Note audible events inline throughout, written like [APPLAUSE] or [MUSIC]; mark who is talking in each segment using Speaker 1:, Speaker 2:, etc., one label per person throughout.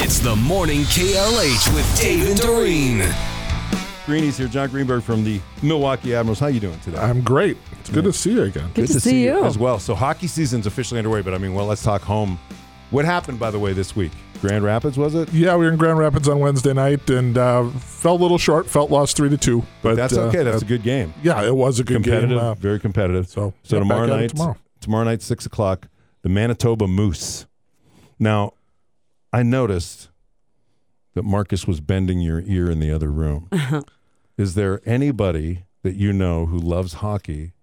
Speaker 1: It's the morning KLH with Dave and Doreen.
Speaker 2: Greenies here, John Greenberg from the Milwaukee Admirals. How you doing today?
Speaker 3: I'm great. It's good to see you again.
Speaker 4: Good, to, see, you. [LAUGHS]
Speaker 2: as well. So hockey season's officially underway, but I mean, well, let's talk home. What happened, by the way, this week? Grand Rapids was it?
Speaker 3: Yeah, we were in Grand Rapids on Wednesday night and uh, fell a little short. Felt lost three to two, but
Speaker 2: That's
Speaker 3: uh,
Speaker 2: okay. That's
Speaker 3: uh,
Speaker 2: a good game.
Speaker 3: yeah, it was a good
Speaker 2: Competitive,
Speaker 3: game. Uh,
Speaker 2: very competitive.
Speaker 3: so,
Speaker 2: so
Speaker 3: yeah,
Speaker 2: tomorrow
Speaker 3: back at it
Speaker 2: night,
Speaker 3: tomorrow.
Speaker 2: tomorrow night, six o'clock, the Manitoba Moose. Now, I noticed that Marcus was bending your ear in the other
Speaker 4: [LAUGHS]
Speaker 2: room. Is there anybody that you know who loves hockey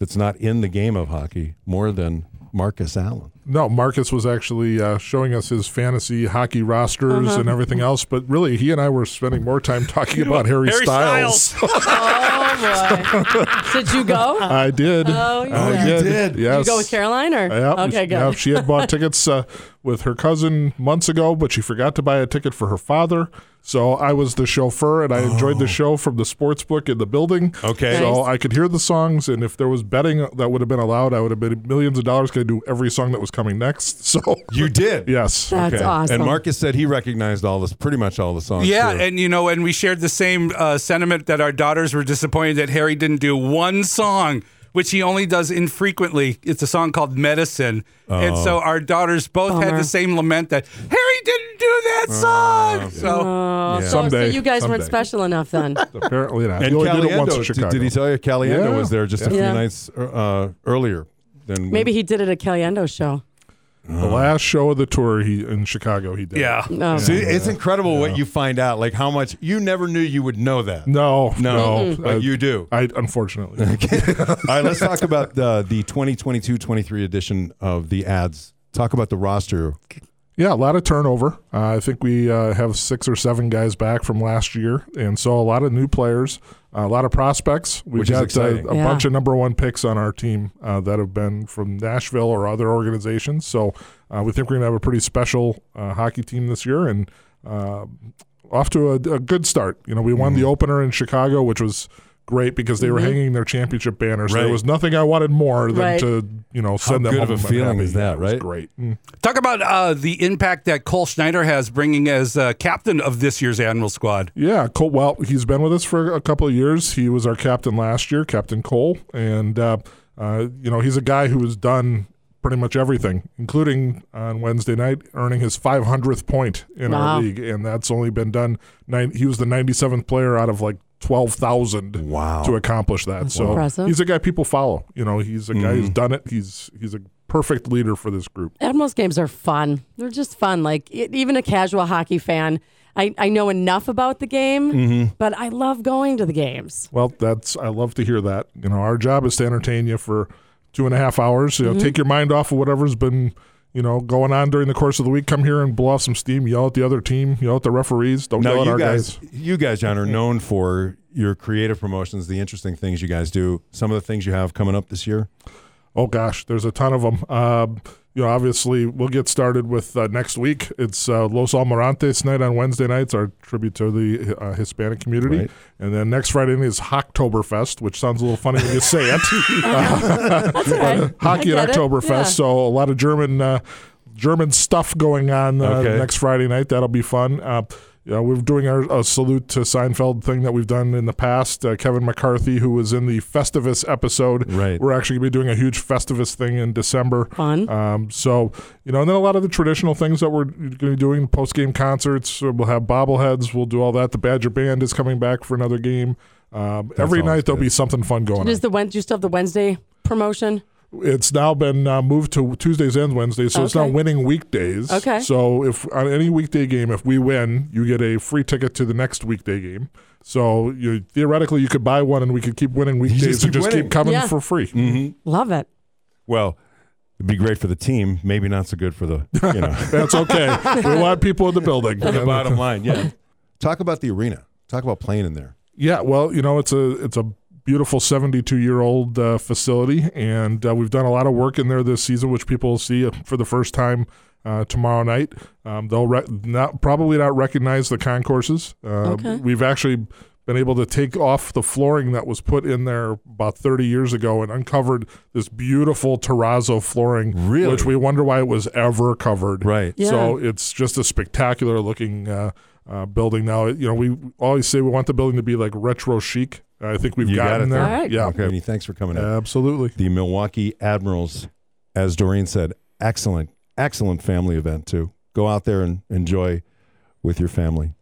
Speaker 2: that's not in the game of hockey more than Marcus Allen?
Speaker 3: no, Marcus was actually uh, showing us his fantasy hockey rosters
Speaker 4: Uh-huh.
Speaker 3: and everything else, but really, he and I were spending more time talking
Speaker 4: [LAUGHS]
Speaker 3: about Harry,
Speaker 2: Harry
Speaker 3: Styles.
Speaker 4: Oh boy! did you go?
Speaker 3: [LAUGHS] I did.
Speaker 4: Oh, you
Speaker 3: I
Speaker 4: did.
Speaker 2: did.
Speaker 3: Yes.
Speaker 4: Did you go with Caroline or?
Speaker 3: Yep.
Speaker 4: Okay, good.
Speaker 3: Yep, she had bought tickets uh, with her cousin months ago, but she forgot to buy a ticket for her father. So I was the chauffeur, and I enjoyed the show from the sports book in the building.
Speaker 2: Oh. Okay.
Speaker 3: So
Speaker 4: Nice.
Speaker 3: I could hear the songs, and if there was betting that would have been allowed, I would have been millions of dollars. Could do every song that was coming next. [LAUGHS] So
Speaker 2: You did.
Speaker 3: yes,
Speaker 4: That's awesome.
Speaker 2: And Marcus said he recognized all this, pretty much all the songs.
Speaker 5: Yeah,
Speaker 2: too.
Speaker 5: and you know, and we shared the same uh, sentiment that our daughters were disappointed that Harry didn't do one song, which he only does infrequently. It's a song called Medicine. And so our daughters both had
Speaker 4: Bummer.
Speaker 5: the same lament that Harry didn't do that song. so
Speaker 4: Oh, so,
Speaker 3: Someday,
Speaker 4: so you guys weren't
Speaker 3: someday.
Speaker 4: special
Speaker 3: [LAUGHS]
Speaker 4: enough then.
Speaker 3: apparently not.
Speaker 2: and
Speaker 3: you only did it once in
Speaker 2: Caliendo, did,
Speaker 3: Chicago.
Speaker 2: did he tell you Caliendo
Speaker 3: Yeah.
Speaker 2: was there just a few
Speaker 4: Yeah.
Speaker 2: nights uh, earlier? Than
Speaker 4: Maybe he did it at Caliendo show.
Speaker 3: the
Speaker 2: Oh.
Speaker 3: last show of the tour he in Chicago? He did.
Speaker 5: yeah.
Speaker 4: Oh,
Speaker 2: See, it's incredible what you find out, like how much you never knew you would know that.
Speaker 3: No. No.
Speaker 2: but you do.
Speaker 3: I unfortunately.
Speaker 2: Mm-hmm. [LAUGHS] All right, let's talk about uh, the 2022-23 edition of the ads. Talk about the roster.
Speaker 3: Yeah, a lot of turnover. Uh, I think we uh, have six or seven guys back from last year, and so a lot of new players, uh, a lot of prospects. We've
Speaker 2: Which is
Speaker 3: got uh,
Speaker 2: exciting.
Speaker 3: a
Speaker 4: Yeah.
Speaker 3: bunch of number one picks on our team uh, that have been from Nashville or other organizations. So uh, we think we're going to have a pretty special uh, hockey team this year, and uh, off to a, a good start. You know, we won the
Speaker 2: Mm-hmm.
Speaker 3: opener in Chicago, which was great because they were hanging their championship banner. So
Speaker 2: Right.
Speaker 3: there was nothing I wanted more than
Speaker 4: Mm-hmm. Right.
Speaker 3: to you know send them
Speaker 2: good of
Speaker 3: home
Speaker 2: a
Speaker 3: and
Speaker 2: feeling
Speaker 3: happy.
Speaker 2: is that,
Speaker 3: Yeah, it was
Speaker 2: right? Mm-hmm.
Speaker 3: Great.
Speaker 5: Talk about uh, the impact that Cole Schneider has bringing as uh, captain of this year's Admiral Squad.
Speaker 3: Yeah, Cole. Well, he's been with us for a couple of years. He was our captain last year, Captain Cole, and uh, uh, you know he's a guy who has done pretty much everything, including on Wednesday night earning his 500th point in
Speaker 4: Wow.
Speaker 3: our league, and that's only been done. Nine, he was the 97th player out of like 12,000
Speaker 2: Wow.
Speaker 3: to accomplish that. so
Speaker 4: impressive.
Speaker 3: he's a guy people follow. You know, he's a guy who's done it. He's he's a perfect leader for this group.
Speaker 4: Admirals games are fun. They're just fun. Like e- even a casual hockey fan, I, I know enough about the game,
Speaker 3: Mm-hmm.
Speaker 4: but I love going to the games.
Speaker 3: Well, that's I love to hear that. You know, our job is to entertain you for two and a half hours. You know, take your mind off of whatever's been you know going on during the course of the week. Come here and blow off some steam. Yell at the other team. Yell at the referees. Don't yell
Speaker 2: Now
Speaker 3: at
Speaker 2: you
Speaker 3: our
Speaker 2: guys,
Speaker 3: guys.
Speaker 2: you guys, John, are known for your creative promotions, the interesting things you guys do, some of the things you have coming up this year.
Speaker 3: Oh gosh, there's a ton of them. Um, you know, obviously, we'll get started with uh, next week. It's uh, Los Almirantes night on Wednesday nights, our tribute to the uh, Hispanic community.
Speaker 2: Right.
Speaker 3: And then next Friday night is Hocktoberfest, which sounds a little funny when you
Speaker 2: [LAUGHS]
Speaker 3: say it. Uh,
Speaker 4: That's all right.
Speaker 3: [LAUGHS] hockey
Speaker 4: I
Speaker 3: at
Speaker 4: get it.
Speaker 3: Oktoberfest.
Speaker 4: Yeah.
Speaker 3: So a lot of German uh, German stuff going on uh,
Speaker 2: Okay.
Speaker 3: next Friday night. That'll be fun. Uh, you know, we're doing our a salute to Seinfeld thing that we've done in the past. Uh, Kevin McCarthy, who was in the Festivus episode,
Speaker 2: Right.
Speaker 3: We're actually going to be doing a huge Festivus thing in December.
Speaker 4: Fun.
Speaker 3: Um, so you know, and then a lot of the traditional things that we're going to be doing post game concerts. Uh, We'll have bobbleheads. We'll do all that. The Badger Band is coming back for another game. Um, every
Speaker 2: always
Speaker 3: night there'll
Speaker 2: good.
Speaker 3: be something fun going on.
Speaker 4: And is the Wed- do you still have the Wednesday promotion?
Speaker 3: It's now been uh, moved to Tuesdays and Wednesdays, so it's now
Speaker 4: Okay.
Speaker 3: winning weekdays.
Speaker 4: Okay.
Speaker 3: So if on any weekday game, if we win, you get a free ticket to the next weekday game. So you theoretically you could buy one, and we could keep winning weekdays
Speaker 2: just
Speaker 3: and
Speaker 2: keep
Speaker 3: just
Speaker 2: winning. Mm-hmm.
Speaker 3: keep coming
Speaker 4: Yeah.
Speaker 3: for free.
Speaker 4: Love it.
Speaker 2: Well, it'd be great for the team, maybe not so good for the you know [LAUGHS]
Speaker 3: That's okay. we want people in the building.
Speaker 2: the bottom line. Yeah. Talk about the arena. Talk about playing in there.
Speaker 3: Yeah, well, you know, it's a it's a beautiful 72 year old uh, facility, and uh, we've done a lot of work in there this season, which people will see uh, for the first time. Uh, tomorrow night, um, they'll re- not probably not recognize the concourses. Uh,
Speaker 4: Okay.
Speaker 3: We've actually been able to take off the flooring that was put in there about 30 years ago and uncovered this beautiful terrazzo flooring,
Speaker 2: Really?
Speaker 3: which we wonder why it was ever covered.
Speaker 2: Right.
Speaker 4: Yeah.
Speaker 3: So it's just a spectacular looking uh, uh, building now. You know, we always say we want the building to be like retro chic. I think we've
Speaker 2: You got
Speaker 3: gotten
Speaker 2: it.
Speaker 3: there.
Speaker 4: All right.
Speaker 3: Yeah,
Speaker 2: Okay, Vinny, thanks for coming in.
Speaker 3: absolutely.
Speaker 2: the Milwaukee Admirals, as Doreen said, excellent, excellent family event too. Go out there and enjoy with your family.